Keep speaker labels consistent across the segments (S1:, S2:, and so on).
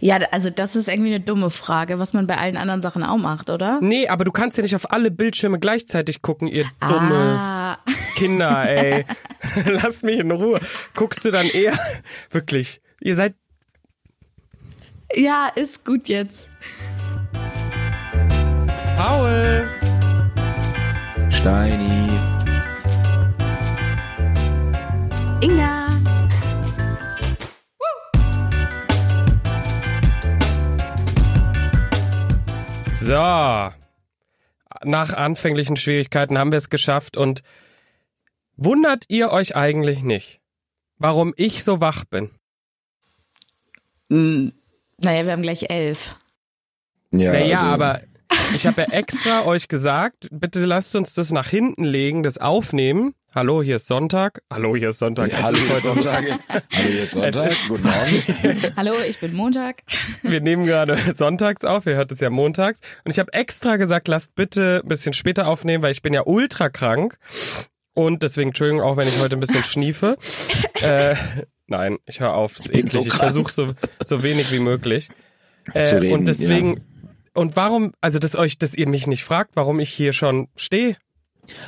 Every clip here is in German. S1: Ja, also das ist irgendwie eine dumme Frage, was man bei allen anderen Sachen auch macht, oder?
S2: Nee, aber du kannst ja nicht auf alle Bildschirme gleichzeitig gucken, ihr dumme
S1: Ah.
S2: Kinder, ey. Lasst mich in Ruhe. Guckst du dann eher, wirklich, ihr seid
S1: Ja, ist gut jetzt.
S2: Paul.
S3: Steini.
S1: Inga.
S2: So. Nach anfänglichen Schwierigkeiten haben wir es geschafft und wundert ihr euch eigentlich nicht, warum ich so wach bin?
S1: Hm, naja, wir haben gleich elf.
S3: Ja,
S2: Naja,
S3: also,
S2: aber ich habe ja extra euch gesagt, bitte lasst uns das nach hinten legen, das aufnehmen. Hallo, hier ist Sonntag. Hallo, hier ist Sonntag.
S3: Ja,
S2: Es
S3: hallo,
S2: ist
S3: hier ist
S2: heute
S3: Sonntag. hallo, hier ist Sonntag. Guten Morgen.
S1: Hallo, ich bin Montag.
S2: Wir nehmen gerade sonntags auf, ihr hört es ja montags. Und ich habe extra gesagt, lasst bitte ein bisschen später aufnehmen, weil ich bin ja ultra krank. Und deswegen, Entschuldigung, auch wenn ich heute ein bisschen schniefe. Äh, nein, ich höre auf, es ist
S3: bin
S2: eklig.
S3: so
S2: ich
S3: krank.
S2: versuche so, so wenig wie möglich. Äh,
S3: Zu reden,
S2: und deswegen, und warum, also dass euch, dass ihr mich nicht fragt, warum ich hier schon stehe.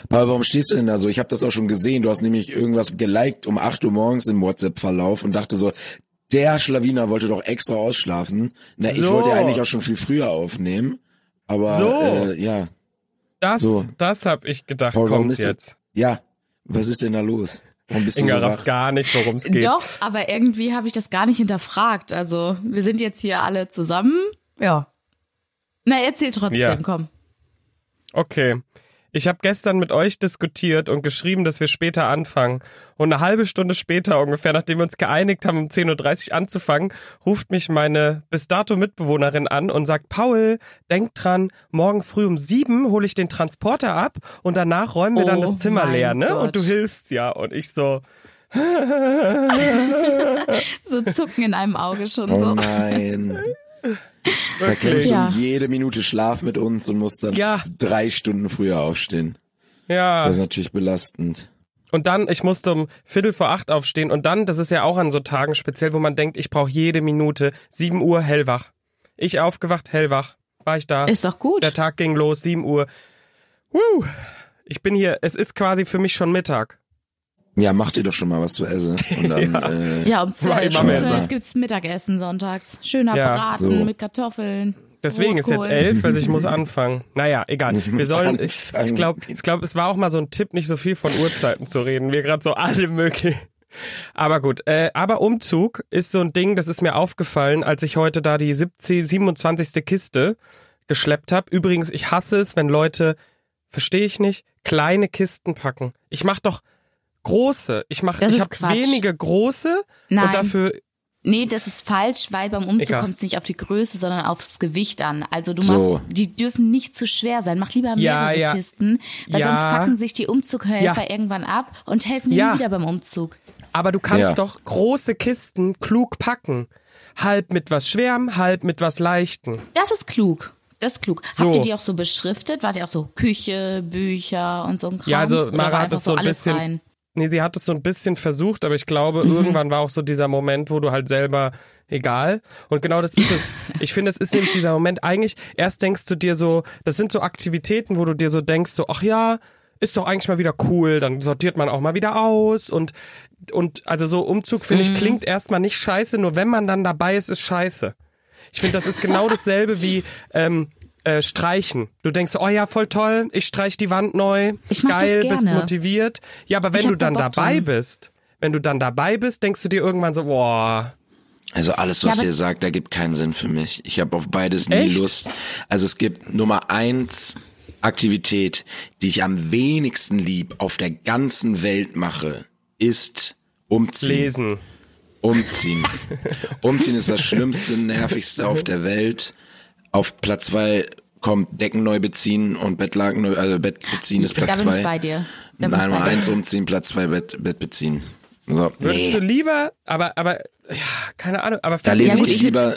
S3: Paul, warum stehst du denn da so? Ich habe das auch schon gesehen. Du hast nämlich irgendwas geliked um 8 Uhr morgens im WhatsApp-Verlauf und dachte so, der Schlawiner wollte doch extra ausschlafen. Na, ich
S2: So.
S3: wollte ja eigentlich auch schon viel früher aufnehmen. Aber
S2: So.
S3: äh, ja,
S2: Das,
S3: So.
S2: das habe ich gedacht,
S3: Paul, warum
S2: kommt
S3: ist
S2: jetzt.
S3: ja, was ist denn da los? Warum bist
S2: Inga
S3: du so
S2: rafft
S3: wach?
S2: gar nicht, worum es geht.
S1: Doch, aber irgendwie habe ich das gar nicht hinterfragt. Also, wir sind jetzt hier alle zusammen. Ja. Na, erzähl trotzdem,
S2: Ja.
S1: komm.
S2: Okay. Ich habe gestern mit euch diskutiert und geschrieben, dass wir später anfangen. Und eine halbe Stunde später, ungefähr nachdem wir uns geeinigt haben, um 10.30 Uhr anzufangen, ruft mich meine bis dato Mitbewohnerin an und sagt, Paul, denk dran, morgen früh um sieben hole ich den Transporter ab und danach räumen wir dann
S1: Oh
S2: das Zimmer
S1: mein
S2: leer, ne? Und
S1: Gott.
S2: du hilfst ja. Und ich so,
S1: So zucken in einem Auge schon
S3: Oh
S1: so.
S3: nein. Da
S2: wirklich.
S3: kämpfst du
S1: Ja.
S3: um jede Minute Schlaf mit uns und musst dann
S2: Ja.
S3: drei Stunden früher aufstehen.
S2: Ja.
S3: Das ist natürlich belastend.
S2: Und dann, ich musste um Viertel vor acht aufstehen und dann, das ist ja auch an so Tagen speziell, wo man denkt, ich brauche jede Minute, sieben Uhr hellwach. Ich aufgewacht, hellwach. War ich da.
S1: Ist doch gut.
S2: Der Tag ging los, sieben Uhr. Woo! Ich bin hier, es ist quasi für mich schon Mittag.
S3: Ja, mach dir doch schon mal was zu essen. Und dann, äh,
S1: Ja, um
S2: War
S1: 12
S2: immer
S1: um
S2: mehr.
S1: 12 gibt's Mittagessen sonntags. Schöner
S2: Ja.
S1: Braten
S3: So.
S1: mit Kartoffeln.
S2: Deswegen ist jetzt
S1: Rotkohl.
S2: elf, also ich muss anfangen. Naja, egal.
S3: Ich
S2: Wir
S3: muss
S2: sollen, ich
S3: anfangen.
S2: glaube, ich glaub, es war auch mal so ein Tipp, nicht so viel von Uhrzeiten zu reden. Wir gerade so alle möglich. Aber gut, äh, aber Umzug ist so ein Ding, das ist mir aufgefallen, als ich heute da die 17, 27. Kiste geschleppt habe. Übrigens, ich hasse es, wenn Leute, verstehe ich nicht, kleine Kisten packen. Ich mache doch große. Ich mache,
S1: Das
S2: ich
S1: ist
S2: habe
S1: Quatsch.
S2: wenige große
S1: Nein.
S2: und dafür
S1: Nee, das ist falsch, weil beim Umzug
S2: Egal.
S1: kommt es nicht auf die Größe, sondern aufs Gewicht an. Also du machst,
S3: So.
S1: die dürfen nicht zu schwer sein. Mach lieber
S2: Ja,
S1: mehrere
S2: ja.
S1: Kisten, weil
S2: Ja.
S1: sonst packen sich die Umzughelfer irgendwann ab und helfen dir
S2: Ja.
S1: nie wieder beim Umzug.
S2: Aber du kannst
S3: Ja.
S2: doch große Kisten klug packen. Halb mit was Schwerem, halb mit was Leichtem.
S1: Das ist klug. Das ist klug.
S2: So.
S1: Habt ihr die auch so beschriftet? Wart ihr auch so Küche, Bücher und so ein Kram?
S2: Ja, also
S1: Oder war
S2: Mara hat
S1: einfach
S2: das so ein
S1: alles
S2: bisschen.
S1: rein?
S2: Nee, sie hat es so ein bisschen versucht, aber ich glaube,
S1: Mhm.
S2: irgendwann war auch so dieser Moment, wo du halt selber egal. Und genau das ist es. Ich finde, es ist nämlich dieser Moment. Eigentlich, erst denkst du dir so, das sind so Aktivitäten, wo du dir so denkst, so, ach ja, ist doch eigentlich mal wieder cool, dann sortiert man auch mal wieder aus und, und also so Umzug, finde
S1: Mhm.
S2: ich, klingt erstmal nicht scheiße, nur wenn man dann dabei ist, ist scheiße. Ich finde, das ist genau dasselbe wie ähm, äh, Streichen. Du denkst, oh ja, voll toll, ich streich die Wand neu.
S1: Ich mach das
S2: Geil, bist
S1: gerne.
S2: motiviert. Ja, aber wenn
S1: Ich hab
S2: du dann
S1: da Bock
S2: dabei
S1: dran.
S2: bist, wenn du dann dabei bist, denkst du dir irgendwann so, boah,
S3: also alles,
S1: Ja,
S3: was
S1: aber-
S3: ihr sagt, ergibt keinen Sinn für mich. Ich habe auf beides nie
S2: Echt?
S3: Lust. Also es gibt Nummer eins Aktivität, die ich am wenigsten lieb auf der ganzen Welt mache, ist umziehen.
S2: lesen.
S3: Umziehen. Umziehen ist das Schlimmste, Nervigste auf der Welt. Auf Platz zwei kommt Decken neu beziehen und Bettlaken neu, also Bett beziehen ist
S1: Da
S3: Platz
S1: bin ich bei
S3: zwei.
S1: dir. Da bin
S3: Nein,
S1: ich
S3: Nummer
S1: bei dir.
S3: eins umziehen, Platz zwei Bett, Bett beziehen. So,
S2: Würdest
S3: nee.
S2: du lieber, aber, aber, ja, keine Ahnung, aber
S3: Da lese
S1: Ja,
S3: ich
S1: gut,
S3: dir
S1: ich würd-
S3: lieber,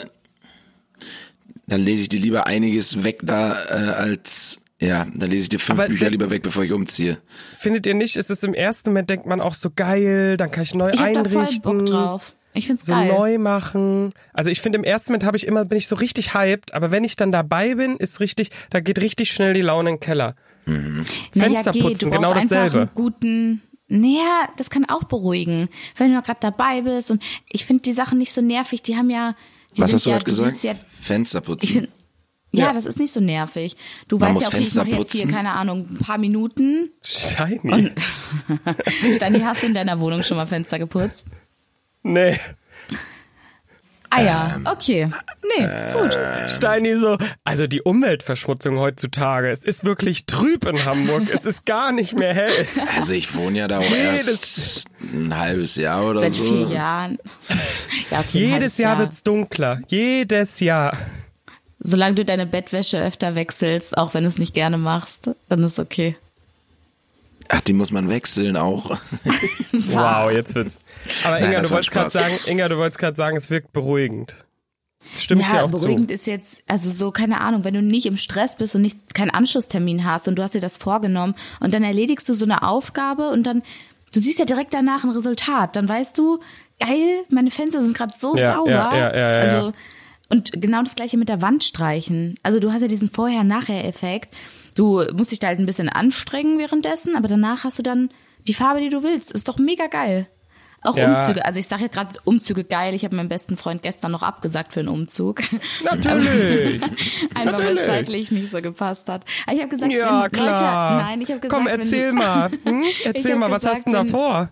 S3: dann lese ich dir lieber einiges weg da äh, als ja, dann lese ich dir fünf
S2: Aber
S3: Bücher
S2: der-
S3: lieber weg, bevor ich umziehe.
S2: findet ihr nicht, ist es im ersten Moment, denkt man auch so geil, dann kann ich neu
S1: Ich hab da
S2: einrichten.
S1: voll Bock drauf. Ich find's
S2: so
S1: geil.
S2: neu machen. Also ich finde im ersten Moment habe ich immer bin ich so richtig hyped, aber wenn ich dann dabei bin, ist richtig, da geht richtig schnell die Laune in den Keller. Fenster
S1: naja, geht. Du
S2: putzen, genau
S1: brauchst einfach
S2: dasselbe.
S1: einen guten. Naja, das kann auch beruhigen, wenn du gerade dabei bist. Und ich finde die Sachen nicht so nervig. Die haben ja. Die
S3: Was
S1: sind
S3: hast du
S1: ja,
S3: gerade gesagt?
S1: das ist Ja,
S3: Fenster
S1: ich
S3: putzen.
S1: find, ja,
S2: Ja.
S1: das ist nicht so nervig. Du
S3: Man
S1: weißt
S3: muss
S1: ja, okay, ich
S3: Fenster
S1: mache jetzt hier,
S3: putzen.
S1: keine Ahnung, ein paar Minuten.
S2: Shiny.
S1: Stani, hast du in deiner Wohnung schon mal Fenster geputzt?
S2: Nee.
S1: Ah ja,
S3: Ähm,
S1: okay. Nee,
S3: äh,
S1: gut.
S2: Ähm. Steini so, also die Umweltverschmutzung heutzutage, es ist wirklich trüb in Hamburg, es ist gar nicht mehr hell.
S3: Also ich wohne ja da auch erst ein halbes Jahr oder
S1: Seit
S3: so.
S1: vier Jahren. Ja, okay, ein halbes
S2: Jedes Jahr wird's dunkler, jedes Jahr.
S1: Solange du deine Bettwäsche öfter wechselst, auch wenn du es nicht gerne machst, dann ist okay.
S3: Ach, die muss man wechseln auch.
S2: Wow, jetzt wird's. Aber Inga,
S3: das
S2: du
S3: war
S2: wolltest gerade
S3: Spaß.
S2: sagen, Inga, du wolltest gerade sagen, es wirkt beruhigend. Stimme ich dir auch
S1: beruhigend
S2: zu.
S1: ist jetzt, also so, keine Ahnung, wenn du nicht im Stress bist und nicht, keinen Anschlusstermin hast und du hast dir das vorgenommen und dann erledigst du so eine Aufgabe und dann, du siehst ja direkt danach ein Resultat, dann weißt du, geil, meine Fenster sind gerade so
S2: Ja,
S1: sauber.
S2: ja, ja, ja, ja,
S1: also,
S2: ja.
S1: und genau das gleiche mit der Wand streichen. Also du hast ja diesen Vorher-Nachher-Effekt. Du musst dich da halt ein bisschen anstrengen währenddessen, aber danach hast du dann die Farbe, die du willst. Ist doch mega geil. Auch
S2: Ja.
S1: Umzüge. Also ich sage jetzt gerade Umzüge geil. Ich habe meinem besten Freund gestern noch abgesagt für einen Umzug.
S2: Natürlich.
S1: Einfach weil
S2: Natürlich.
S1: es zeitlich nicht so gepasst hat. Aber Ich habe gesagt,
S2: Ja,
S1: wenn
S2: klar.
S1: Leute, nein, ich habe gesagt,
S2: Komm,
S1: wenn
S2: erzähl
S1: die,
S2: mal. Hm? Erzähl
S1: hab
S2: mal, was
S1: gesagt,
S2: hast du denn da
S1: wenn-
S2: vor?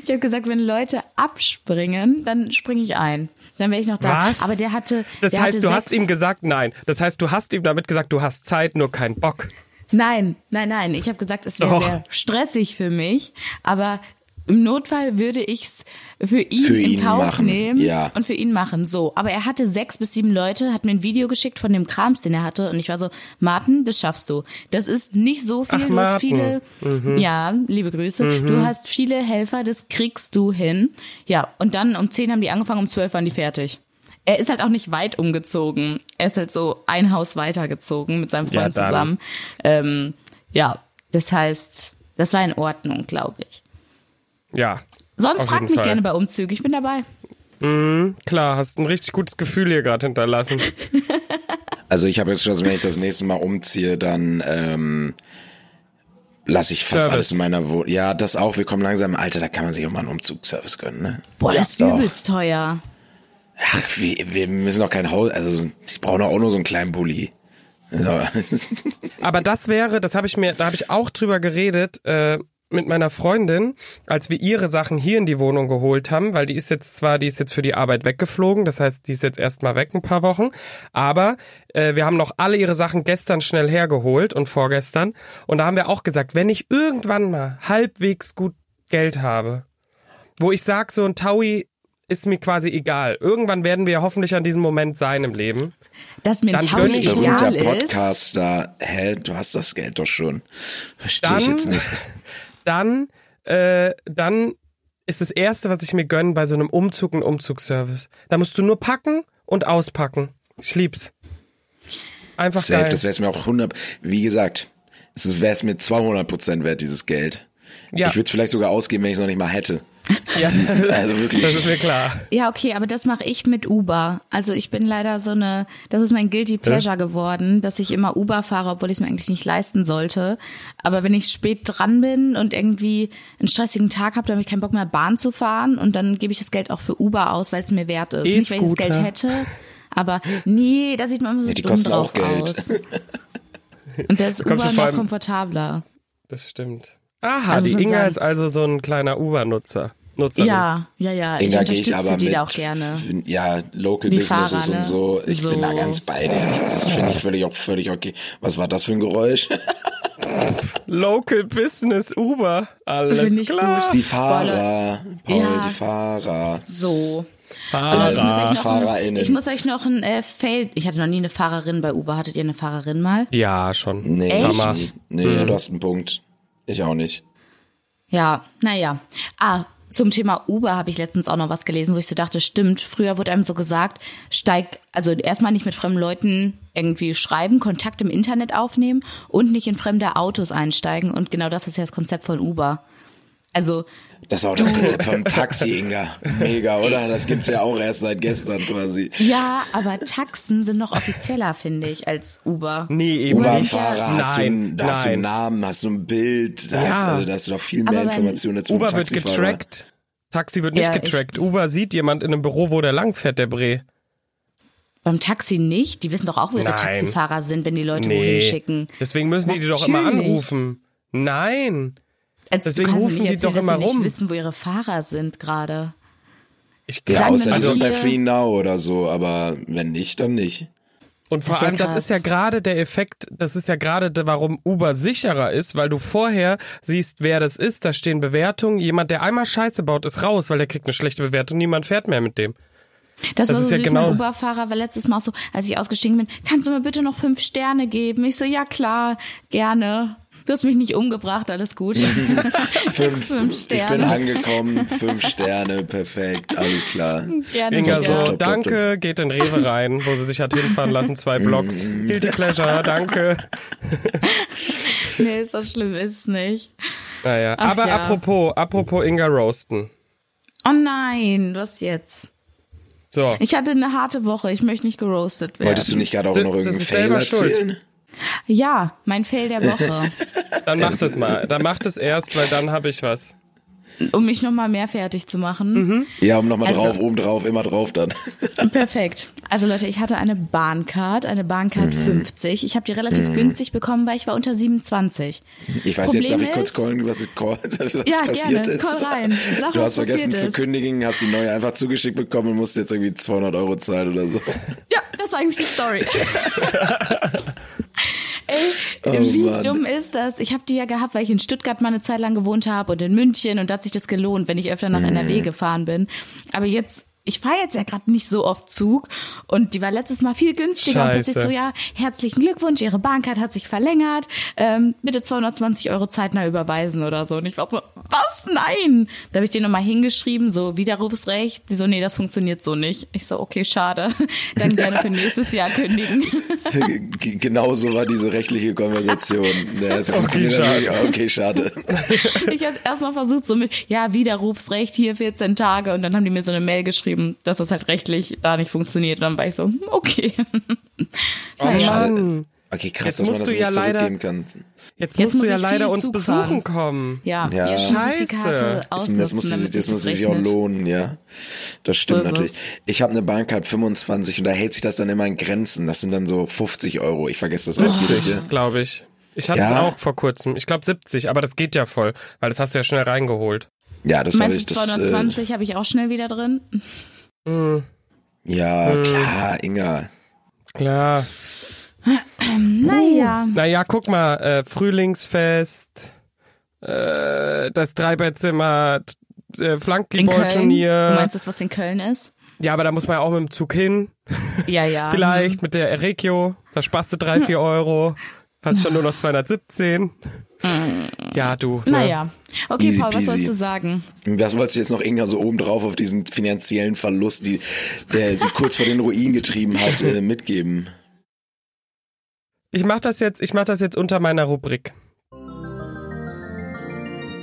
S1: ich habe gesagt, wenn Leute abspringen, dann springe ich ein. Dann wäre ich noch da.
S2: Was?
S1: Aber der hatte
S2: Das
S1: der
S2: heißt,
S1: hatte
S2: du
S1: sechs,
S2: hast ihm gesagt, nein. Das heißt, du hast ihm damit gesagt, du hast Zeit, nur keinen Bock.
S1: Nein, nein, nein, ich habe gesagt, es wäre
S2: Doch.
S1: sehr stressig für mich, aber im Notfall würde ich's für ihn
S3: Für
S1: in
S3: ihn
S1: Kauf
S3: machen,
S1: nehmen
S3: ja.
S1: und für ihn machen. So, aber er hatte sechs bis sieben Leute, hat mir ein Video geschickt von dem Krams, den er hatte, und ich war so, Martin, das schaffst du. Das ist nicht so viel,
S2: Ach,
S1: du hast
S2: Martin.
S1: viele,
S2: Mhm.
S1: ja, liebe Grüße, du hast viele Helfer, das kriegst du hin. Ja, und dann um zehn haben die angefangen, um zwölf waren die fertig. Er ist halt auch nicht weit umgezogen. Er ist halt so ein Haus weitergezogen mit seinem
S2: Ja,
S1: Freund
S2: dann.
S1: zusammen. Ähm, ja, das heißt, das war in Ordnung, glaube ich.
S2: Ja.
S1: Sonst
S2: Auf
S1: fragt
S2: jeden
S1: mich
S2: Fall.
S1: gerne bei Umzügen, ich bin dabei.
S2: Klar, hast ein richtig gutes Gefühl hier gerade hinterlassen.
S3: Also ich habe jetzt schon, wenn ich das nächste Mal umziehe, dann ähm, lasse ich fast
S2: Service.
S3: alles in meiner Wohnung. Ja, das auch. Wir kommen langsam. Alter, da kann man sich auch mal einen Umzugsservice gönnen, ne?
S1: Boah, das ist
S3: Doch.
S1: übelst teuer.
S3: Ach, wir, wir müssen doch kein Haus. Also ich brauche doch auch nur so einen kleinen Bulli. So.
S2: Aber das wäre, das habe ich mir, da habe ich auch drüber geredet äh, mit meiner Freundin, als wir ihre Sachen hier in die Wohnung geholt haben, weil die ist jetzt zwar, die ist jetzt für die Arbeit weggeflogen, das heißt, die ist jetzt erstmal weg ein paar Wochen, aber äh, wir haben noch alle ihre Sachen gestern schnell hergeholt und vorgestern und da haben wir auch gesagt, wenn ich irgendwann mal halbwegs gut Geld habe, wo ich sag, so ein Taui ist mir quasi egal. Irgendwann werden wir ja hoffentlich an diesem Moment sein im Leben.
S1: Dass mir ein
S2: Dann
S1: Taui
S2: gönn ich
S1: egal
S3: berühmter
S1: ist.
S3: Podcaster. Hä, du hast das Geld doch schon. Verstehe ich
S2: Dann-
S3: jetzt nicht.
S2: dann, äh, dann ist das Erste, was ich mir gönne bei so einem Umzug, ein Umzugsservice. Da musst du nur packen und auspacken. Ich lieb's. Einfach
S3: Safe,
S2: geil.
S3: das wäre es mir auch 100. Wie gesagt, es wäre es mir 200 Prozent wert, dieses Geld.
S2: Ja.
S3: Ich würde es vielleicht sogar ausgeben, wenn ich es noch nicht mal hätte.
S2: ja,
S3: Also wirklich.
S2: das ist mir klar.
S1: Ja, okay, aber das mache ich mit Uber. Also ich bin leider so eine, das ist mein guilty pleasure geworden, dass ich immer Uber fahre, obwohl ich es mir eigentlich nicht leisten sollte. Aber wenn ich spät dran bin und irgendwie einen stressigen Tag habe, dann habe ich keinen Bock mehr Bahn zu fahren und dann gebe ich das Geld auch für Uber aus, weil es mir wert ist. Nicht, weil ich das
S2: E-Scooter.
S1: Geld hätte, aber nee, da sieht man immer so
S3: die
S1: dumm
S3: kosten
S1: drauf
S3: auch Geld.
S1: aus. Und da ist
S2: kommst
S1: Uber
S2: du vor
S1: noch
S2: allem-
S1: komfortabler.
S2: Das stimmt. Aha,
S1: Also
S2: die
S1: muss man
S2: Inga
S1: sagen-
S2: ist also so ein kleiner Uber-Nutzer. Nutzerin.
S1: Ja, ja, ja. Ich
S3: Inga gehe Also ich
S1: unterstütze
S3: aber
S1: die
S3: mit.
S1: da auch gerne.
S3: Ja, Local
S1: Die
S3: Businesses
S1: Fahrer, ne?
S3: und so. Ich bin da
S1: So.
S3: ganz bei dir. Das finde ich völlig, auch völlig okay. Was war das für ein Geräusch?
S2: Local Business
S1: Finde
S2: Uber. Alles
S1: ich
S2: klar.
S3: Die Fahrer. Paul,
S1: Ja.
S3: die Fahrer.
S1: So. Also
S2: Fahrer.
S1: Ich muss, euch noch ein,
S3: FahrerInnen.
S1: ich muss euch noch ein äh, Fail. Ich hatte noch nie eine Fahrerin bei Uber. Hattet ihr eine Fahrerin mal?
S2: Ja, schon.
S3: Nee,
S1: Echt?
S3: ich nie. nee
S2: Mhm.
S3: du hast einen Punkt. Ich auch nicht.
S1: Ja, naja. Ah, zum Thema Uber habe ich letztens auch noch was gelesen, wo ich so dachte, stimmt, früher wurde einem so gesagt, steig, also erstmal nicht mit fremden Leuten irgendwie schreiben, Kontakt im Internet aufnehmen und nicht in fremde Autos einsteigen. Und genau das ist ja das Konzept von Uber. Also
S3: Das ist auch das Konzept von Taxi, Inga. Mega, oder? Das gibt's ja auch erst seit gestern quasi.
S1: Ja, aber Taxen sind noch offizieller, finde ich, als Uber.
S2: Nee, eben nicht.
S3: U-Bahn-Fahrer, hast, du,
S2: Nein,
S3: einen- da hast du einen
S2: nein.
S3: Namen, hast du ein Bild, da,
S2: Ja.
S3: hast, also, da hast du noch viel mehr
S1: Aber beim
S3: Informationen dazu.
S2: Uber wird getrackt. Taxi wird nicht
S1: Ja, ich-
S2: getrackt. Uber sieht jemand in einem Büro, wo der langfährt, der Bree.
S1: Beim Taxi nicht. Die wissen doch auch, wo ihre
S2: Nein.
S1: Taxifahrer sind, wenn die Leute wohin
S2: Nee.
S1: schicken.
S2: Deswegen müssen die die doch immer
S1: Natürlich.
S2: anrufen. Nein.
S1: Also, du
S2: Deswegen
S1: kannst mir
S2: rufen
S1: nicht
S2: die
S1: erzählen,
S2: doch immer
S1: dass sie
S2: rum.
S1: nicht wissen, wo ihre Fahrer sind gerade.
S2: Ich Also,
S3: Ja,
S1: Sagen
S2: glaube,
S1: wir
S3: außer die
S1: mal
S3: sind bei
S1: hier-
S3: Free Now oder so, aber wenn nicht, dann nicht.
S2: Und vor
S1: Ist ja
S2: allem, das
S1: krass.
S2: ist ja gerade der Effekt, das ist ja gerade, der- warum Uber sicherer ist, weil du vorher siehst, wer das ist, da stehen Bewertungen, jemand, der einmal Scheiße baut, ist raus, weil der kriegt eine schlechte Bewertung, niemand fährt mehr mit dem.
S1: Das, war
S2: ist
S1: so
S2: ja
S1: süß,
S2: genau-
S1: mein Uberfahrer war letztes Mal auch so, als ich ausgestiegen bin, kannst du mir bitte noch fünf Sterne geben? Ich so, ja klar, gerne. Du hast mich nicht umgebracht, alles gut.
S3: Fünf,
S1: Fünf
S3: Ich bin
S1: Sterne.
S3: angekommen, fünf Sterne, perfekt, alles klar.
S1: gerne,
S2: Inga
S1: gerne.
S2: so,
S3: Top, top,
S2: danke, geht in Rewe rein, wo sie sich hat hinfahren lassen, zwei Blocks. Guilty Pleasure, danke.
S1: Nee, so schlimm ist es nicht.
S2: Naja,
S1: Ach
S2: aber
S1: ja.
S2: apropos, apropos Inga Roasten.
S1: Oh nein, was jetzt?
S2: So,
S1: Ich hatte eine harte Woche, ich möchte nicht geroastet werden.
S3: Wolltest du nicht gerade auch
S2: Das-
S3: noch
S2: das
S3: irgendeinen
S2: ist
S3: Fail
S2: selber schuld.
S3: erzählen?
S1: Ja, mein Fail der Woche.
S2: dann macht es mal, dann macht es erst, weil dann habe ich was.
S1: um mich nochmal mehr fertig zu machen.
S2: Mhm.
S3: Ja, um nochmal
S1: Also-
S3: drauf, oben drauf, immer drauf dann.
S1: Perfekt. Also Leute, ich hatte eine Bahncard, eine Bahncard
S3: Mhm.
S1: 50. Ich habe die relativ günstig bekommen, weil ich war unter 27.
S3: Ich weiß
S1: Problem
S3: jetzt, darf ich kurz
S1: ist-
S3: callen, was, ist, call, was
S1: Ja,
S3: passiert
S1: gerne.
S3: ist?
S1: Call rein. Sag,
S3: du
S1: was
S3: hast vergessen
S1: passiert
S3: zu
S1: ist.
S3: kündigen, hast die neue einfach zugeschickt bekommen und musst jetzt irgendwie 200 Euro zahlen oder so.
S1: Ja, das war eigentlich die Story. Ey,
S3: Oh,
S1: wie
S3: Mann.
S1: dumm ist das? Ich habe die ja gehabt, weil ich in Stuttgart mal eine Zeit lang gewohnt habe und in München und da hat sich das gelohnt, wenn ich öfter nach
S3: Mhm.
S1: NRW gefahren bin. Aber jetzt, ich fahre jetzt ja gerade nicht so oft Zug und die war letztes Mal viel günstiger und plötzlich
S2: Scheiße.
S1: so, ja, herzlichen Glückwunsch, Ihre Bahncard hat sich verlängert, ähm, bitte 220 Euro zeitnah überweisen oder so. Und ich war so, was? Nein! Da habe ich dir nochmal hingeschrieben, so Widerrufsrecht. Die so, nee, das funktioniert so nicht. Ich so, okay, schade. Dann gerne für nächstes Jahr kündigen.
S3: G- genau so war diese rechtliche Konversation. Ja, es funktioniert
S2: schade.
S3: natürlich auch. okay, schade.
S1: Ich habe erstmal versucht, so mit, ja, Widerrufsrecht hier 14 Tage und dann haben die mir so eine Mail geschrieben, dass das halt rechtlich da nicht funktioniert. Und dann war ich so, hm, okay.
S2: Oh Mann,
S3: Okay,
S2: Jetzt
S3: krass, dass man
S2: musst
S3: das
S2: du
S3: nicht
S2: ja leider-
S3: zurückgeben kann.
S2: jetzt,
S1: Jetzt
S2: musst
S1: muss
S2: du ja
S1: ich
S2: leider
S1: viel
S2: uns
S1: Zug
S2: besuchen
S1: fahren.
S2: kommen.
S1: Ja,
S3: Ja.
S1: jetzt muss ich die
S2: Scheiße.
S1: Karte
S3: Das,
S1: ausnutzen,
S3: das muss sie
S1: damit
S3: sich, das
S1: sich's
S3: muss sie sich auch
S1: rechnet.
S3: lohnen, ja. Das stimmt
S1: So ist
S3: natürlich.
S1: es.
S3: Ich habe eine Bahncard 25 und da hält sich das dann immer in Grenzen. Das sind dann so 50 Euro. Ich vergesse das auch jedes Jahr.
S2: glaube ich. Ich hatte es
S3: Ja.
S2: auch vor kurzem. Ich glaube 70, aber das geht ja voll, weil das hast du ja schnell reingeholt.
S3: Ja, das habe
S1: Meinst
S3: ich.
S1: du,
S2: äh,
S3: Das,
S1: 220 habe ich auch schnell wieder drin?
S3: Äh,
S2: Hm.
S3: ja, klar, Inga.
S2: Klar.
S1: Naja.
S2: Naja, guck mal, äh, Frühlingsfest, äh, das Dreibettzimmer, t-
S1: In
S2: äh,
S1: Köln? Du
S2: Flankball-Turnier.
S1: meinst das, was in Köln ist?
S2: Ja, aber da muss man ja auch mit dem Zug hin.
S1: Ja, ja.
S2: Vielleicht
S1: Mhm.
S2: mit der Regio. Da sparst du drei, vier Euro. Hast schon nur noch 217. Ja, du. ne?
S1: Naja. Okay,
S3: Easy
S1: Paul, was
S3: peasy.
S1: sollst du sagen?
S3: Was wolltest du jetzt noch Inga so obendrauf auf diesen finanziellen Verlust, die, der sie kurz vor den Ruin getrieben hat, äh, mitgeben?
S2: Ich mach das jetzt, ich mach das jetzt unter meiner Rubrik.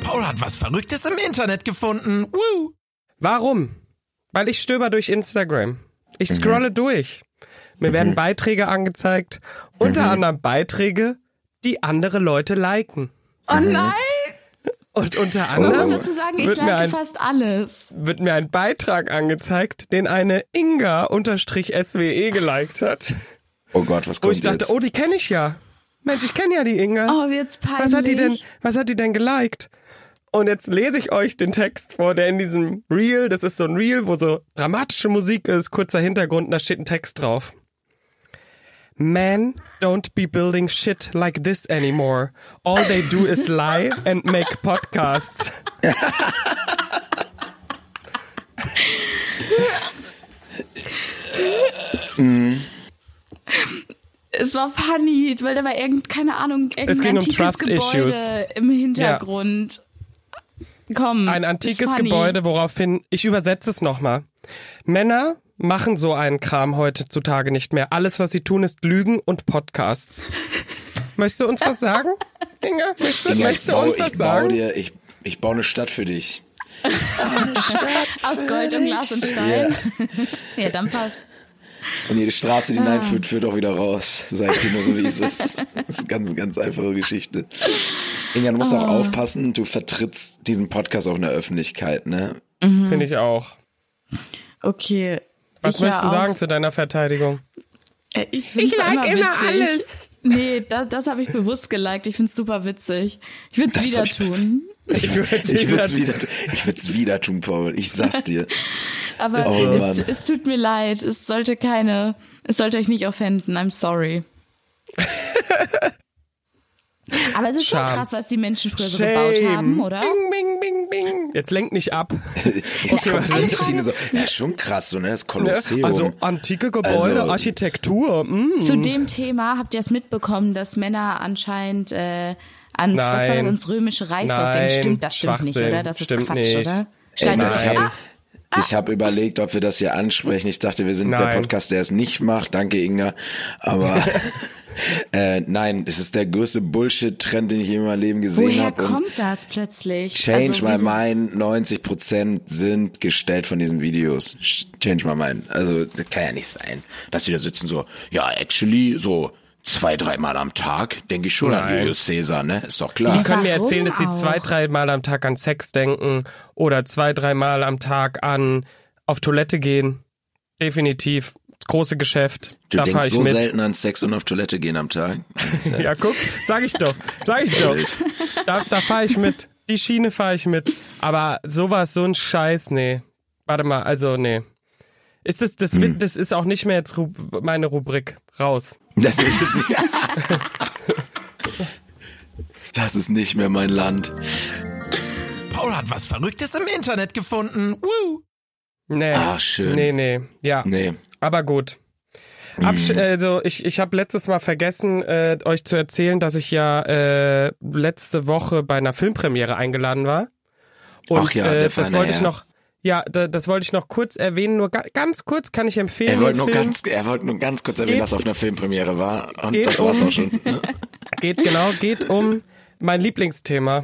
S4: Paul hat was Verrücktes im Internet gefunden. Woo!
S2: Warum? Weil ich stöber durch Instagram. Ich
S3: Mhm.
S2: scrolle durch. Mir werden Beiträge angezeigt,
S3: Mhm.
S2: unter anderem Beiträge, die andere Leute liken.
S1: Oh nein!
S2: Und unter
S3: Oh.
S1: Ich muss
S2: anderem
S1: dazu sagen, ich
S2: Äh, oh, wird, mir
S1: like
S2: ein,
S1: fast alles.
S2: wird mir ein Beitrag angezeigt, den eine Inga-SWE E geliked hat.
S3: Oh Gott, was
S2: Wo
S3: kommt
S2: ich dachte,
S3: jetzt?
S2: oh, die kenne ich ja. Mensch, ich kenne ja die Inga.
S1: Oh, wird's peinlich.
S2: was hat die denn, was hat die denn geliked? Und jetzt lese ich euch den Text vor, der in diesem Reel, das ist so ein Reel, wo so dramatische Musik ist, kurzer Hintergrund, und da steht ein Text drauf. Men don't be building shit like this anymore. All they do is lie and make podcasts.
S1: Es war funny, weil da war irgend, keine Ahnung, irgendein
S2: Es ging um
S1: antikes
S2: Trust
S1: Gebäude
S2: Issues.
S1: im Hintergrund. Komm.
S2: Ein
S1: ist
S2: antikes
S1: Hm, funny.
S2: Gebäude, woraufhin, ich übersetze es nochmal. Männer machen so einen Kram heutzutage nicht mehr. Alles, was sie tun, ist Lügen und Podcasts. Möchtest du uns was sagen? Inga, möchtest, du-
S3: Inga,
S2: möchtest du uns
S3: ich
S2: was
S3: baue
S2: sagen?
S3: dir, ich, ich baue eine Stadt für dich.
S1: Aus Gold und Glas und Stein. Ja, dann passt.
S3: Und jede Straße, die
S1: Ah.
S3: hineinführt, führt auch wieder raus. Sag ich dir nur so, wie es ist. Das ist eine ganz, ganz einfache Geschichte. Inga, du musst auch
S1: Ah.
S3: aufpassen, du vertrittst diesen Podcast auch in der Öffentlichkeit, ne?
S2: Finde ich auch.
S1: Okay.
S2: Was
S1: ich hör
S2: möchtest du
S1: auf.
S2: sagen zu deiner Verteidigung?
S1: Äh, Ich, find's
S5: Ich like
S1: immer,
S5: immer
S1: witzig.
S5: alles.
S1: Nee, das, das habe ich bewusst geliked. Ich find's super witzig. Ich würd's
S3: Das
S1: wieder
S3: hab ich
S1: tun.
S2: Ich würde
S3: Ich würd's wieder, ich würd's wieder tun, Paul. Ich sag's dir.
S1: Aber
S3: Oh,
S1: es,
S3: Mann.
S1: es tut mir leid. Es sollte keine, es sollte euch nicht offenden. I'm sorry. Aber es ist schon
S2: Scham.
S1: krass, was die Menschen früher so gebaut haben, oder?
S2: Bing, bing, bing, bing. Jetzt lenk nicht ab.
S3: Jetzt kommt die Schiene so. Ja, schon krass, so, ne? Das Kolosseum.
S2: Also antike Gebäude,
S3: Also-
S2: Architektur. mm.
S1: Zu dem Thema habt ihr es mitbekommen, dass Männer anscheinend äh, ans, was war das,
S2: Nein.
S1: ans römische Reich so denken.
S2: Nein.
S1: Stimmt, das stimmt nicht,
S2: Schwachsinn.
S1: oder? Das ist
S2: Stimmt
S1: Quatsch,
S2: nicht.
S1: oder? Ah,
S3: Ey,
S1: Scheint
S3: Mann,
S1: es
S3: ich
S1: nicht.
S3: habe ich hab überlegt, ob wir das hier ansprechen. Ich dachte, wir sind der
S2: Nein.
S3: Podcast, der es nicht macht. Danke, Inga. Aber äh, nein, das ist der größte Bullshit-Trend, den ich je in meinem Leben gesehen
S1: Woher
S3: habe. Und
S1: kommt das plötzlich? Also,
S3: Change my
S1: wieso-
S3: mind, 90% sind gestellt von diesen Videos. Sch- Change my mind. Also, das kann ja nicht sein. Dass die da sitzen so, ja, actually, so zwei, dreimal am Tag denke ich schon an
S2: Nein.
S3: Julius Caesar, ne? Ist doch klar.
S2: Die können mir
S1: Warum
S2: erzählen, dass sie
S1: auch?
S2: zwei, dreimal am Tag an Sex denken oder zwei, dreimal am Tag an auf Toilette gehen. Definitiv. Große Geschäft.
S3: Du
S2: da fahre
S3: denkst
S2: ich
S3: so
S2: mit.
S3: selten an Sex und auf Toilette gehen am Tag.
S2: Ja, guck, sag ich doch. Sag ich doch.
S3: Wild.
S2: Da, da fahre ich mit. Die Schiene fahre ich mit. Aber sowas, so ein Scheiß, nee. Warte mal, also, nee. Ist das,
S3: Hm.
S2: das, wird- das ist auch nicht mehr jetzt Ru meine Rubrik. Raus.
S3: Das ist es nicht. Das ist nicht mehr mein Land.
S4: Paul hat was Verrücktes im Internet gefunden. Woo!
S2: Nee.
S3: Ah, schön.
S2: Nee, nee. Ja.
S3: Nee.
S2: Aber gut. Absch
S3: Mhm.
S2: also ich, ich habe letztes Mal vergessen, äh, euch zu erzählen, dass ich ja äh, letzte Woche bei einer Filmpremiere eingeladen war. Und
S3: Ach ja,
S2: äh,
S3: der
S2: das
S3: feine
S2: wollte ich
S3: Herr.
S2: noch, ja, da, das wollte ich noch kurz erwähnen, nur ga ganz kurz kann ich empfehlen.
S3: Er wollte,
S2: den
S3: nur
S2: Film.
S3: ganz, er wollte nur ganz kurz erwähnen,
S2: Geht-
S3: dass er auf einer Filmpremiere war. Und
S2: Geht
S3: das war's
S2: um-
S3: auch schon. ne?
S2: Geht genau, geht um mein Lieblingsthema.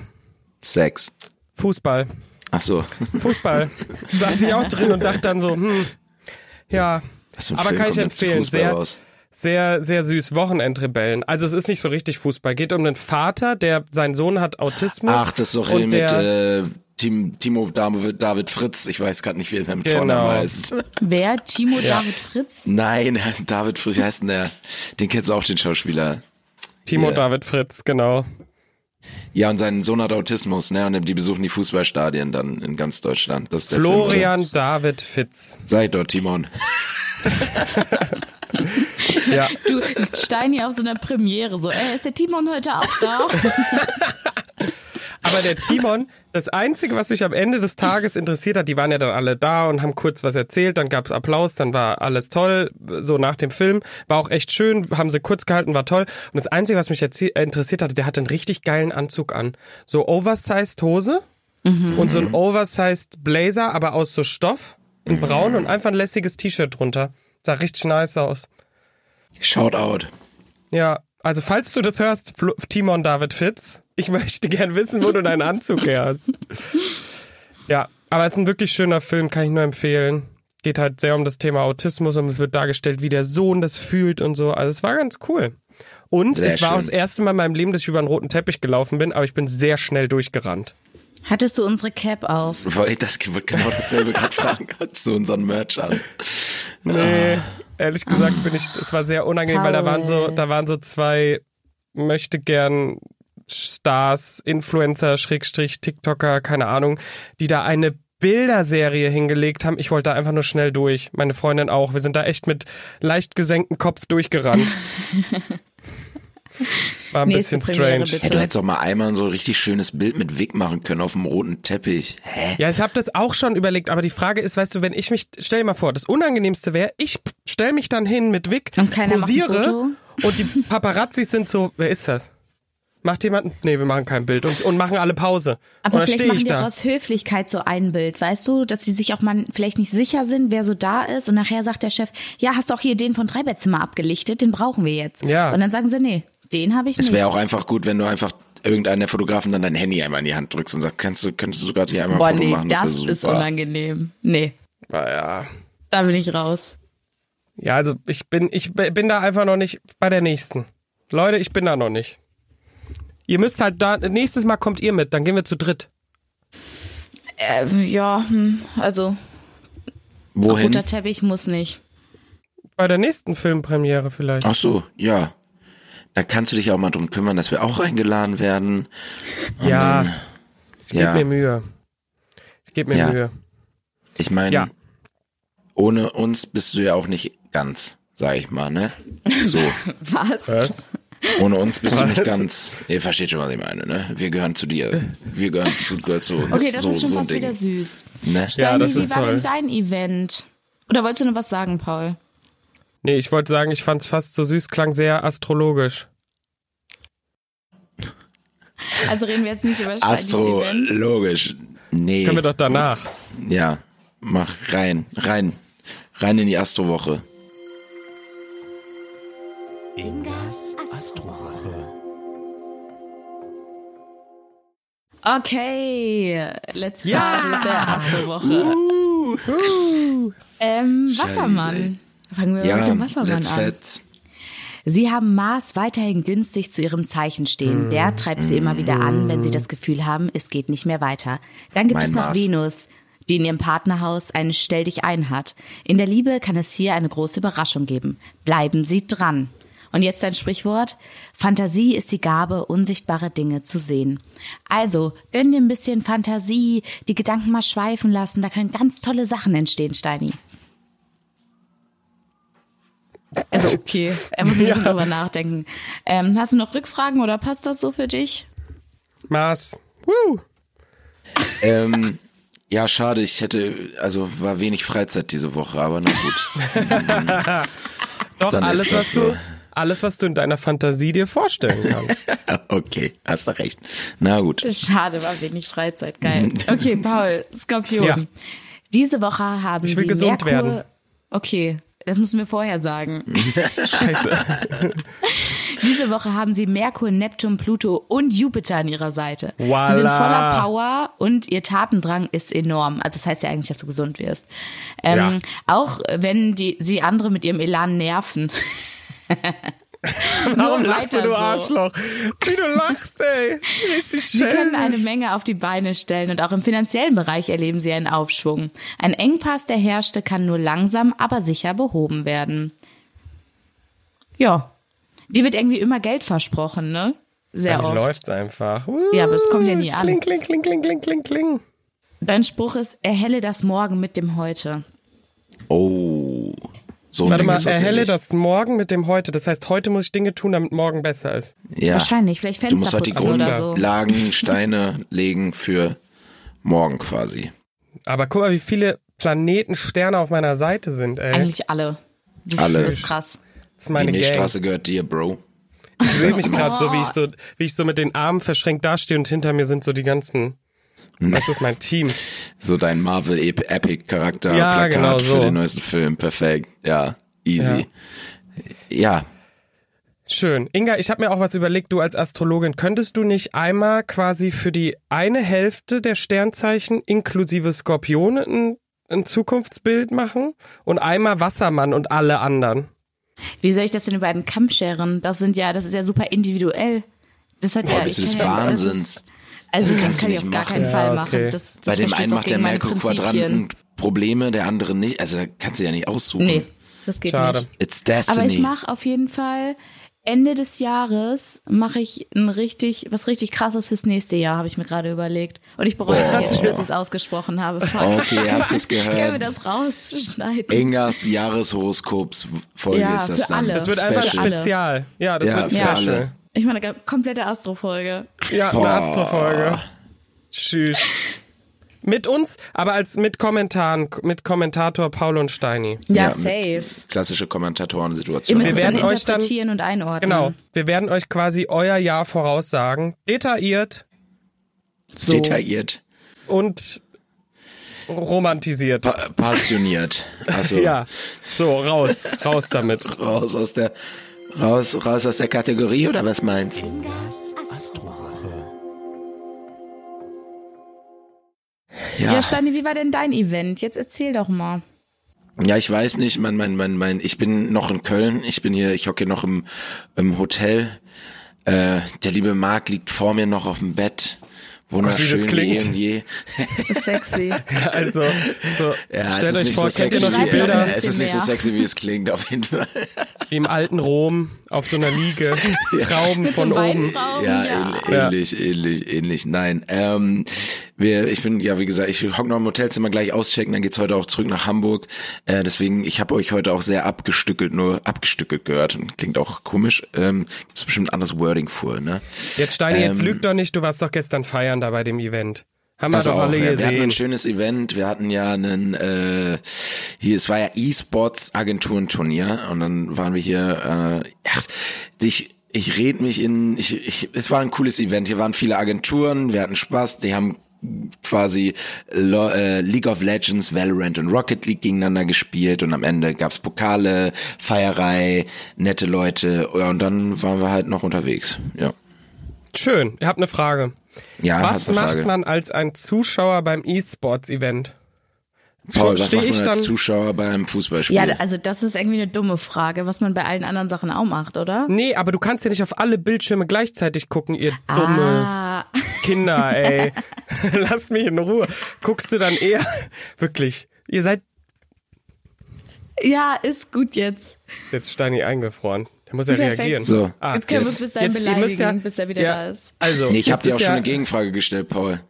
S3: Sex.
S2: Fußball.
S3: Ach so.
S2: Fußball. Saß ich auch drin und dachte dann so, hm, ja.
S3: Was für ein
S2: Aber
S3: Film
S2: kann ich
S3: kommt mit
S2: empfehlen.
S3: Fußball
S2: Sehr,
S3: raus?
S2: sehr, sehr süß. Wochenendrebellen. Also es ist nicht so richtig Fußball. Geht um einen Vater, der sein Sohn hat Autismus.
S3: Ach, das ist doch
S2: und
S3: mit
S2: der,
S3: äh, Tim, Timo David, David Fritz. Ich weiß gerade nicht, wie er mit
S2: Genau.
S3: Vornamen heißt.
S1: Wer? Timo David Fritz?
S3: Nein, er heißt David Fritz, wie heißt denn der? Den kennst du auch, den Schauspieler.
S2: Timo
S3: yeah.
S2: David Fritz, genau.
S3: Ja, und sein Sohn hat Autismus, ne? Und die besuchen die Fußballstadien dann in ganz Deutschland. Das ist der
S2: Florian
S3: Film.
S2: David Fitz.
S3: Sei dort, Timon.
S2: Ja.
S1: Du, Steini auf so einer Premiere, so, ey, ist der Timon heute auch da?
S2: Aber der Timon, das Einzige, was mich am Ende des Tages interessiert hat, die waren ja dann alle da und haben kurz was erzählt, dann gab's Applaus, dann war alles toll, so nach dem Film, war auch echt schön, haben sie kurz gehalten, war toll. Und das Einzige, was mich erzie- äh, interessiert hatte, der hatte einen richtig geilen Anzug an. So oversized Hose und so ein oversized Blazer, aber aus so Stoff in braun und einfach ein lässiges T-Shirt drunter. Sah richtig nice aus.
S3: Shout out.
S2: Ja, also falls du das hörst, Flo Timon David Fitz, ich möchte gern wissen, wo du deinen Anzug her hast. Ja, aber es ist ein wirklich schöner Film, kann ich nur empfehlen. Geht halt sehr um das Thema Autismus und es wird dargestellt, wie der Sohn das fühlt und so. Also es war ganz cool. Und
S3: Sehr
S2: es war
S3: schön.
S2: auch das erste Mal in meinem Leben, dass ich über einen roten Teppich gelaufen bin, aber ich bin sehr schnell durchgerannt.
S1: Hattest du unsere Cap auf?
S3: Weil ich das ich wollte genau dasselbe gerade fragen. Hast du unseren Merch an? Äh,
S2: Nee, ehrlich gesagt bin ich, es war sehr unangenehm, weil da waren so, da waren so zwei möchte gern Stars, Influencer, Schrägstrich, TikToker, keine Ahnung, die da eine Bilderserie hingelegt haben. Ich wollte da einfach nur schnell durch. Meine Freundin auch. Wir sind da echt mit leicht gesenktem Kopf durchgerannt. War ein
S1: Nächste
S2: bisschen
S1: Premiere,
S2: strange.
S1: bitte.
S3: Hey, du hättest doch mal einmal so ein richtig schönes Bild mit Wick machen können auf dem roten Teppich. Hä?
S2: Ja, ich habe das auch schon überlegt, aber die Frage ist, weißt du, wenn ich mich, stell dir mal vor, das Unangenehmste wäre, ich p- stell mich dann hin mit Vic,
S1: Und keiner macht ein
S2: posiere
S1: Foto?
S2: und die Paparazzis sind so, wer ist das? Macht jemand? Nee, wir machen kein Bild und, und machen alle Pause. und
S1: Aber
S2: dann
S1: vielleicht
S2: stehe
S1: machen
S2: ich
S1: die auch
S2: da.
S1: aus Höflichkeit so ein Bild, weißt du, dass sie sich auch mal vielleicht nicht sicher sind, wer so da ist und nachher sagt der Chef, ja, hast du auch hier den von Dreibettzimmer abgelichtet, den brauchen wir jetzt.
S2: Ja.
S1: Und dann sagen sie, nee, den habe ich
S3: Es
S1: nicht.
S3: wäre auch einfach gut, wenn du einfach irgendeiner der Fotografen dann dein Handy einmal in die Hand drückst und sagt, kannst du, könntest du sogar hier einmal
S1: Boah,
S3: ein Foto
S1: nee,
S3: machen?
S1: das
S3: wäre
S1: ist
S3: super.
S1: unangenehm. Nee,
S2: Naja.
S1: da bin ich raus.
S2: Ah, Ja, also ich bin, ich b- bin da einfach noch nicht bei der nächsten. Leute, ich bin da noch nicht. Ihr müsst halt da, nächstes Mal kommt ihr mit, dann gehen wir zu dritt.
S1: Äh, ja, hm, also
S3: Wohin?
S1: roter Teppich muss nicht.
S2: Bei der nächsten Filmpremiere vielleicht.
S3: Ach so, ja. Da kannst du dich auch mal drum kümmern, dass wir auch eingeladen werden.
S2: ja, ich gebe
S3: Oh, ja.
S2: mir Mühe. Ich gebe mir
S3: Ja.
S2: Mühe.
S3: Ich meine,
S2: Ja.
S3: ohne uns bist du ja auch nicht ganz, sag ich mal, ne? So,
S1: Was?
S3: ohne uns bist du nicht ganz. Ihr versteht schon, was ich meine, ne? Wir gehören zu dir. Wir gehören, du gehörst zu uns.
S1: Okay, das
S3: so,
S1: ist schon
S3: so ein
S1: fast
S3: Ding.
S1: wieder süß.
S3: Ne?
S2: Ja,
S1: Deini,
S2: das
S1: wie
S2: ist
S1: war
S2: toll.
S1: denn dein Event? Oder wolltest du noch was sagen, Paul?
S2: Nee, ich wollte sagen, ich fand's fast so süß, klang sehr astrologisch.
S1: Also reden wir jetzt nicht über Steinis Event.
S3: Astrologisch. Nee.
S2: Können wir doch danach.
S3: Ja, mach rein, rein, rein in die Astrowoche.
S1: Okay, let's start mit der Astrowoche. Ähm, Wassermann. Fangen wir
S3: Uh. Ja,
S1: mit dem Wassermann
S3: let's
S1: an.
S3: fetz.
S1: Sie haben Mars weiterhin günstig zu ihrem Zeichen stehen.
S3: Hm.
S1: Der treibt sie immer wieder an, wenn sie das Gefühl haben, es geht nicht mehr weiter. Dann gibt
S3: Mein
S1: es noch
S3: Mars.
S1: Venus, die in ihrem Partnerhaus einen Stell dich ein hat. In der Liebe kann es hier eine große Überraschung geben. Bleiben Sie dran. Und jetzt ein Sprichwort. Fantasie ist die Gabe, unsichtbare Dinge zu sehen. Also, gönn dir ein bisschen Fantasie, die Gedanken mal schweifen lassen. Da können ganz tolle Sachen entstehen, Steini. Also okay, er muss ein bisschen drüber nachdenken. Ähm, hast du noch Rückfragen oder passt das so für dich?
S2: Mars. Woo.
S3: Ähm, ja, schade, ich hätte, also war wenig Freizeit diese Woche, aber na gut.
S2: Doch,
S3: Dann ist
S2: alles,
S3: das
S2: was du,
S3: so.
S2: alles, was du in deiner Fantasie dir vorstellen kannst.
S3: okay, hast du recht. Na gut.
S1: Schade, war wenig Freizeit, geil. Okay, Paul, Skorpion.
S2: Ja.
S1: Diese Woche haben
S2: Ich will
S1: Sie
S2: gesund
S1: Merkur
S2: werden.
S1: Okay, das müssen wir vorher sagen.
S2: Scheiße.
S1: Diese Woche haben Sie Merkur, Neptun, Pluto und Jupiter an Ihrer Seite. Sie sind
S2: Voila.
S1: voller Power und Ihr Tatendrang ist enorm. Also das heißt ja eigentlich, dass du gesund wirst. Ähm,
S2: Ja.
S1: Auch wenn die, Sie andere mit Ihrem Elan nerven. Warum
S2: Lachst du, du Arschloch. Wie du lachst, ey. Richtig
S1: Sie können
S2: schön.
S1: eine Menge auf die Beine stellen und auch im finanziellen Bereich erleben Sie einen Aufschwung. Ein Engpass, der herrschte, kann nur langsam, aber sicher behoben werden. Ja. Dir wird irgendwie immer Geld versprochen, ne? Sehr
S2: Dann
S1: oft.
S2: läuft's einfach.
S1: Ja, aber es kommt ja nie an.
S2: Kling, kling, kling, kling, kling, kling, kling.
S1: Dein Spruch ist, erhelle das Morgen mit dem Heute.
S3: Oh. So ein
S2: Warte
S3: Ding
S2: mal,
S3: ist das
S2: erhelle
S3: nämlich.
S2: das morgen mit dem heute. Das heißt, heute muss ich Dinge tun, damit morgen besser ist.
S3: Ja.
S1: Wahrscheinlich, vielleicht
S3: Du musst
S1: Fenster
S3: halt die
S1: putzen oder so.
S3: Grundlagen, Steine legen für morgen quasi.
S2: Aber guck mal, wie viele Planeten, Sterne auf meiner Seite sind, ey.
S1: Eigentlich alle. Das
S3: Alle.
S1: Ist, das ist krass.
S2: das ist meine
S3: die
S2: Gang.
S3: Milchstraße gehört dir, Bro.
S2: Ich sehe mich gerade so, wie
S1: Oh.
S2: ich so, wie ich so mit den Armen verschränkt dastehe und hinter mir sind so die ganzen. Das ist mein Team.
S3: So dein Marvel-Epic-Charakter,
S2: Ja,
S3: Plakat
S2: genau so.
S3: für den neuesten Film. Perfekt. Ja, easy. Ja,
S2: Schön. Inga, ich habe mir auch was überlegt, du als Astrologin. Könntest du nicht einmal quasi für die eine Hälfte der Sternzeichen inklusive Skorpion ein, ein Zukunftsbild machen und einmal Wassermann und alle anderen?
S1: Wie soll ich das denn über einen Kamm scheren? Das sind ja, das ist ja super individuell. Das hat
S3: Boah,
S1: ja,
S3: bist du
S1: ich
S3: des
S1: kann ja- das ist-
S3: Wahnsinns.
S1: Also das,
S3: kannst du
S1: kann ich
S3: nicht
S1: auf gar
S3: machen.
S1: keinen Fall
S2: Ja, okay.
S1: machen. Das, das
S3: Bei dem
S1: verstößt
S3: einen
S1: auch
S3: macht der
S1: gegen meine
S3: Merkur-Quadranten
S1: Prinzipien.
S3: Probleme, der andere nicht. Also da kannst du ja nicht aussuchen.
S1: Nee, das geht
S2: Schade.
S1: nicht.
S3: It's Destiny.
S1: Aber ich mache auf jeden Fall Ende des Jahres mache ich ein richtig was richtig krasses fürs nächste Jahr, habe ich mir gerade überlegt. Und ich bereue es jetzt schon, dass ich es ausgesprochen habe. Fuck.
S3: Okay, Oh, ihr habt es
S1: Können wir
S3: gehört.
S1: das rausschneiden?
S3: Ingas Jahreshoroskops-Folge
S1: Ja,
S3: ist das
S1: für
S3: dann.
S1: alle.
S2: Das wird einfach
S1: Special.
S2: spezial. Ja, das
S3: Ja,
S2: wird
S3: für
S2: special.
S3: alle.
S1: Ich meine, eine komplette Astro-Folge.
S2: Ja, eine
S3: Boah.
S2: Astrofolge. Tschüss. Mit uns, aber als mit Kommentaren, mit Kommentator Paul und Steini.
S1: Ja,
S3: Ja, mit-
S1: safe.
S3: Klassische
S1: Ihr
S3: Kommentatoren-Situation.
S1: müsst es dann
S2: werden euch dann-
S1: interpretieren und einordnen.
S2: Genau. Wir werden euch quasi euer Jahr voraussagen. Detailliert
S1: So.
S3: Detailliert,
S2: und romantisiert.
S3: pa passioniert. Also
S2: Ja, so, raus, raus damit.
S3: raus aus der raus, raus aus der Kategorie oder was meinst du?
S4: Astrowoche.
S1: Ja. Steini, wie war denn dein Event? Jetzt erzähl doch mal.
S3: Ja, ich weiß nicht, mein, mein, mein, mein, ich bin noch in Köln, ich bin hier, ich hocke noch im, im Hotel. Äh, der liebe Marc liegt vor mir noch auf dem Bett. Wunderschön
S2: Gott, wie das
S3: je
S2: klingt.
S3: und je.
S1: Sexy.
S2: Also, so,
S3: Ja, es
S2: stellt
S3: ist
S2: euch
S3: nicht
S2: vor,
S3: so
S2: kennt ihr
S3: sexy.
S2: noch die
S1: Schreibt noch
S2: Bilder
S1: ein
S3: Es ist nicht so
S1: bisschen
S3: sexy, wie es klingt, auf jeden Fall.
S2: wie im alten Rom auf so einer Liege, Trauben von
S1: so
S2: oben.
S1: Weintrauben,
S3: Ja,
S1: ja.
S3: ähn- ähnlich, ähnlich, ähnlich. Nein, ähm, wir, ich bin, ja, wie gesagt, ich hocke noch im Hotelzimmer gleich auschecken, dann geht's heute auch zurück nach Hamburg. Äh, deswegen, ich habe euch heute auch sehr abgestückelt, nur abgestückelt gehört. Klingt auch komisch. Ähm, gibt's bestimmt anderes Wording für, ne?
S2: Jetzt Steini, jetzt
S3: Ähm,
S2: lüg doch nicht, du warst doch gestern feiern da bei dem Event. Haben wir
S3: Das
S2: doch
S3: auch,
S2: alle
S3: ja. Wir hatten ein
S2: gesehen.
S3: schönes Event. Wir hatten ja einen, äh, hier, es war ja E-Sports Agenturenturnier und dann waren wir hier, äh, ja, ich, ich red mich in, ich, ich, es war ein cooles Event. Hier waren viele Agenturen, wir hatten Spaß, die haben quasi Lo äh, League of Legends, Valorant und Rocket League gegeneinander gespielt und am Ende gab's Pokale, Feierei, nette Leute ja, und dann waren wir halt noch unterwegs. Ja.
S2: Schön, ich habe eine Frage.
S3: Ja,
S2: Was
S3: hast du eine
S2: macht
S3: Frage?
S2: man als ein Zuschauer beim E-Sports-Event?
S3: Paul, was
S2: steh
S3: macht
S2: ich
S3: man als
S2: dann-
S3: Zuschauer beim Fußballspiel?
S1: Ja, also das ist irgendwie eine dumme Frage, was man bei allen anderen Sachen auch macht, oder?
S2: Nee, aber du kannst ja nicht auf alle Bildschirme gleichzeitig gucken, ihr dumme
S1: Ah,
S2: Kinder, ey. Lasst mich in Ruhe. Guckst du dann eher, wirklich, ihr seid
S1: ja, ist gut jetzt.
S2: jetzt Steini eingefroren. Der muss ja
S1: Perfekt.
S2: reagieren.
S3: So.
S2: Ah,
S1: Jetzt können wir uns bis dahin
S2: ihr müsst
S1: beleidigen, bis er wieder da ist.
S2: Also,
S3: Nee, ich habe
S2: das
S3: dir auch
S2: ist
S3: schon
S2: ja,
S3: eine Gegenfrage gestellt, Paul.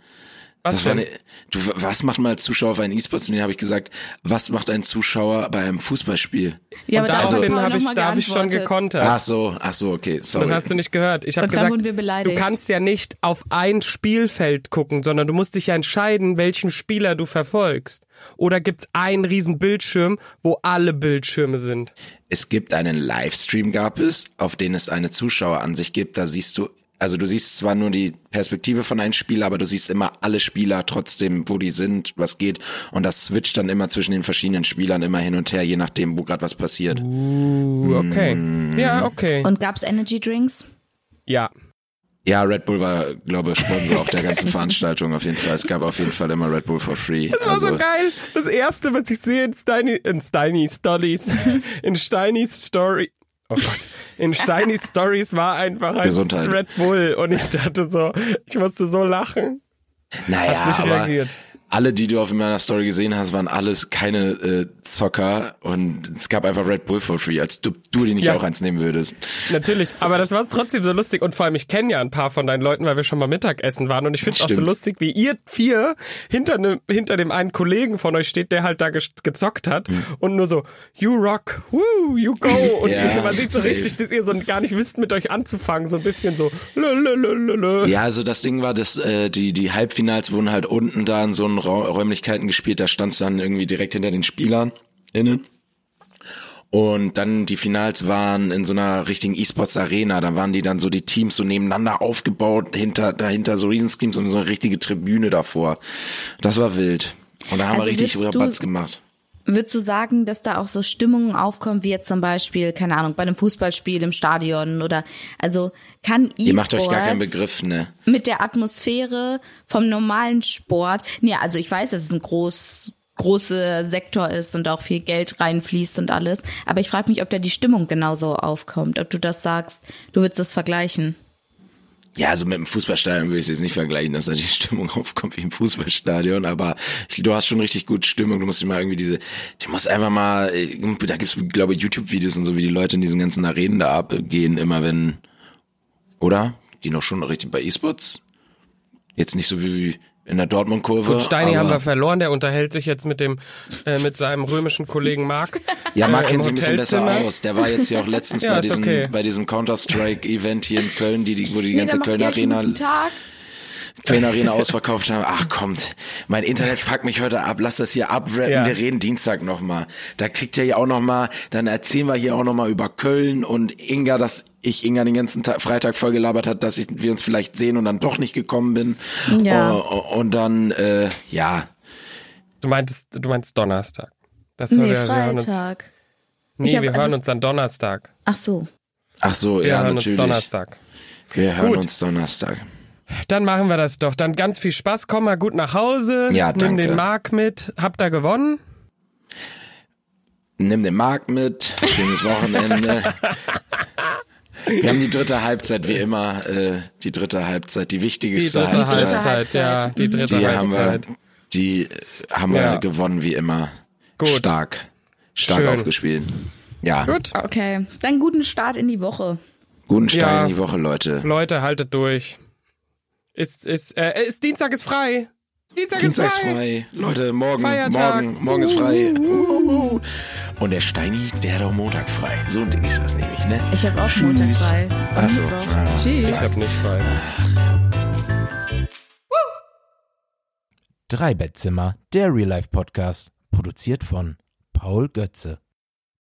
S2: Was
S3: Das war
S2: denn?
S3: eine, du, was macht man als Zuschauer auf einen E-Sports? Und den habe ich gesagt, was macht ein Zuschauer bei einem Fußballspiel?
S1: Ja, aber da hat
S2: Daraufhin
S1: Paul
S2: habe
S1: noch
S2: ich,
S1: mal
S2: da hab ich schon
S1: geantwortet.
S2: gekontert.
S3: Ach so, ach so, okay, sorry.
S2: Ah, Das hast du nicht gehört. Ich habe
S1: Und dann
S2: gesagt,
S1: wurden wir beleidigt.
S2: du kannst ja nicht auf ein Spielfeld gucken, sondern du musst dich ja entscheiden, welchen Spieler du verfolgst. Oder gibt's einen riesen Bildschirm, wo alle Bildschirme sind?
S3: es gibt einen Livestream, gab es, auf den es eine Zuschaueransicht gibt. Da siehst du, also du siehst zwar nur die Perspektive von einem Spieler, aber du siehst immer alle Spieler trotzdem, wo die sind, was geht. Und das switcht dann immer zwischen den verschiedenen Spielern immer hin und her, je nachdem, wo gerade was passiert.
S2: Uh, okay.
S3: Mhm.
S2: Ja, okay.
S1: Und gab's Energy Drinks?
S2: ja.
S3: Ja, Red Bull war, glaube ich, Sponsor auch der ganzen Veranstaltung auf jeden Fall. Es gab auf jeden Fall immer Red Bull for free.
S2: Das war so
S3: Also,
S2: geil. Das erste, was ich sehe in Steiny, in Steiny Stories, in Steiny's Story. Oh Gott. In Steiny's Stories war einfach ein
S3: Gesundheit.
S2: Red Bull und ich dachte so, ich musste so lachen.
S3: naja,
S2: Hast nicht
S3: aber
S2: reagiert.
S3: alle, die du auf meiner Story gesehen hast, waren alles keine äh, Zocker und es gab einfach Red Bull for free, als du, du dir nicht
S2: Ja.
S3: auch eins nehmen würdest.
S2: Natürlich, aber das war trotzdem so lustig und vor allem, ich kenne ja ein paar von deinen Leuten, weil wir schon mal Mittagessen waren und ich finde es auch so
S3: Stimmt.
S2: lustig, wie ihr vier hinter, ne, hinter dem einen Kollegen von euch steht, der halt da ge gezockt hat
S3: Hm.
S2: und nur so, you rock, woo, you go und
S3: Ja,
S2: ihr- man sieht so
S3: safe.
S2: richtig, dass ihr so gar nicht wisst, mit euch anzufangen, so ein bisschen so, lö, lö, lö, lö, lö.
S3: Ja, also das Ding war, dass äh, die die Halbfinals wurden halt unten da in so einen Ra Räumlichkeiten gespielt. Da standst du dann irgendwie direkt hinter den Spielern innen. Und dann die Finals waren in so einer richtigen E-Sports Arena. Da waren die dann so die Teams so nebeneinander aufgebaut, hinter dahinter so Riesenscreens und so eine richtige Tribüne davor. Das war wild. Und da haben
S1: Also
S3: wir richtig
S1: willst du-
S3: Rabatz gemacht.
S1: Würdest du sagen, dass da auch so Stimmungen aufkommen, wie jetzt zum Beispiel, keine Ahnung, bei einem Fußballspiel im Stadion oder, also kann
S3: Ihr macht euch gar keinen
S1: E-Sports
S3: Begriff, ne?
S1: mit der Atmosphäre vom normalen Sport. Nee, also ich weiß, dass es ein groß, großer Sektor ist und auch viel Geld reinfließt und alles. Aber ich frage mich, ob da die Stimmung genauso aufkommt, ob du das sagst, du würdest das vergleichen.
S3: Ja, also mit dem Fußballstadion würde ich es jetzt nicht vergleichen, dass da die Stimmung aufkommt wie im Fußballstadion, aber ich, du hast schon richtig gut Stimmung, du musst dir mal irgendwie diese, du musst einfach mal, äh, da gibt's glaube ich YouTube-Videos und so, wie die Leute in diesen ganzen Arenen da abgehen, immer wenn, oder? Die noch schon richtig bei E-Sports? Jetzt nicht so wie, wie in der Dortmund-Kurve.
S2: Gut, Steini
S3: aber-
S2: haben wir verloren, der unterhält sich jetzt mit dem, äh, mit seinem römischen Kollegen Marc.
S3: Ja, Marc
S2: äh, im
S3: kennt sich ein bisschen besser
S2: Hotelzimmer.
S3: aus. Der war jetzt ja auch letztens
S2: Ja,
S3: bei,
S2: ist
S3: diesem,
S2: okay.
S3: bei diesem Counter-Strike-Event hier in Köln, die, die, wo die ganze Kölner Arena
S1: Guten Tag.
S3: Köln Arena ausverkauft haben. Ach kommt, mein Internet fuckt mich heute ab. Lass das hier abrappen.
S2: Ja.
S3: Wir reden Dienstag nochmal. Da kriegt ihr ja auch nochmal, dann erzählen wir hier auch nochmal über Köln und Inga, dass ich Inga den ganzen Tag, Freitag vollgelabert hat, dass ich, wir uns vielleicht sehen und dann doch nicht gekommen bin.
S1: Ja.
S3: Oh, und dann, äh, ja.
S2: Du meintest, du meinst Donnerstag. Das war
S1: Nee,
S2: wir,
S3: also
S2: wir hören uns,
S1: Freitag. Ich
S2: nee,
S1: hab-
S2: wir hören
S1: also-
S2: uns an Donnerstag.
S1: Ach so.
S3: Ach so,
S2: Wir
S3: ja,
S2: hören uns
S3: natürlich.
S2: Donnerstag.
S3: Wir hören
S2: Gut.
S3: uns Donnerstag.
S2: Dann machen wir das doch. Dann ganz viel Spaß. Komm mal gut nach Hause.
S3: Ja,
S2: Nimm
S3: danke.
S2: den Mark mit. Habt ihr gewonnen?
S3: Nimm den Markt mit, schönes Wochenende. Wir haben die dritte Halbzeit, wie immer, äh, die dritte Halbzeit, die
S2: Die
S3: wichtigste
S2: dritte
S3: Halbzeit.
S2: Halbzeit, ja.
S1: Halbzeit.
S2: Die
S1: Mhm.
S2: dritte
S3: halt Die haben wir,
S2: Halbzeit.
S3: die äh, haben wir
S2: Ja.
S3: gewonnen, wie immer.
S2: Gut.
S3: Stark. Stark
S2: Schön.
S3: aufgespielt. Ja,
S2: Gut.
S1: Okay, dann guten Start in die Woche.
S3: guten Start
S2: Ja.
S3: in die Woche, Leute.
S2: Leute, haltet durch. Ist, ist, äh, ist Dienstag ist frei. Dienstag,
S3: Dienstag ist
S2: ist frei.
S3: frei. Leute, morgen,
S2: Feiertag.
S3: morgen, morgen ist frei. Uhuhu. Und der Steini, der hat auch Montag frei. So ein Ding ist das nämlich, ne?
S1: Ich habe auch
S3: Tschüss.
S1: Montag frei.
S3: Ach so.
S1: Mittwoch.
S3: Ah,
S1: Tschüss.
S2: Ich hab nicht frei.
S4: Drei Bettzimmer, der Real Life Podcast, produziert von Paul Götze.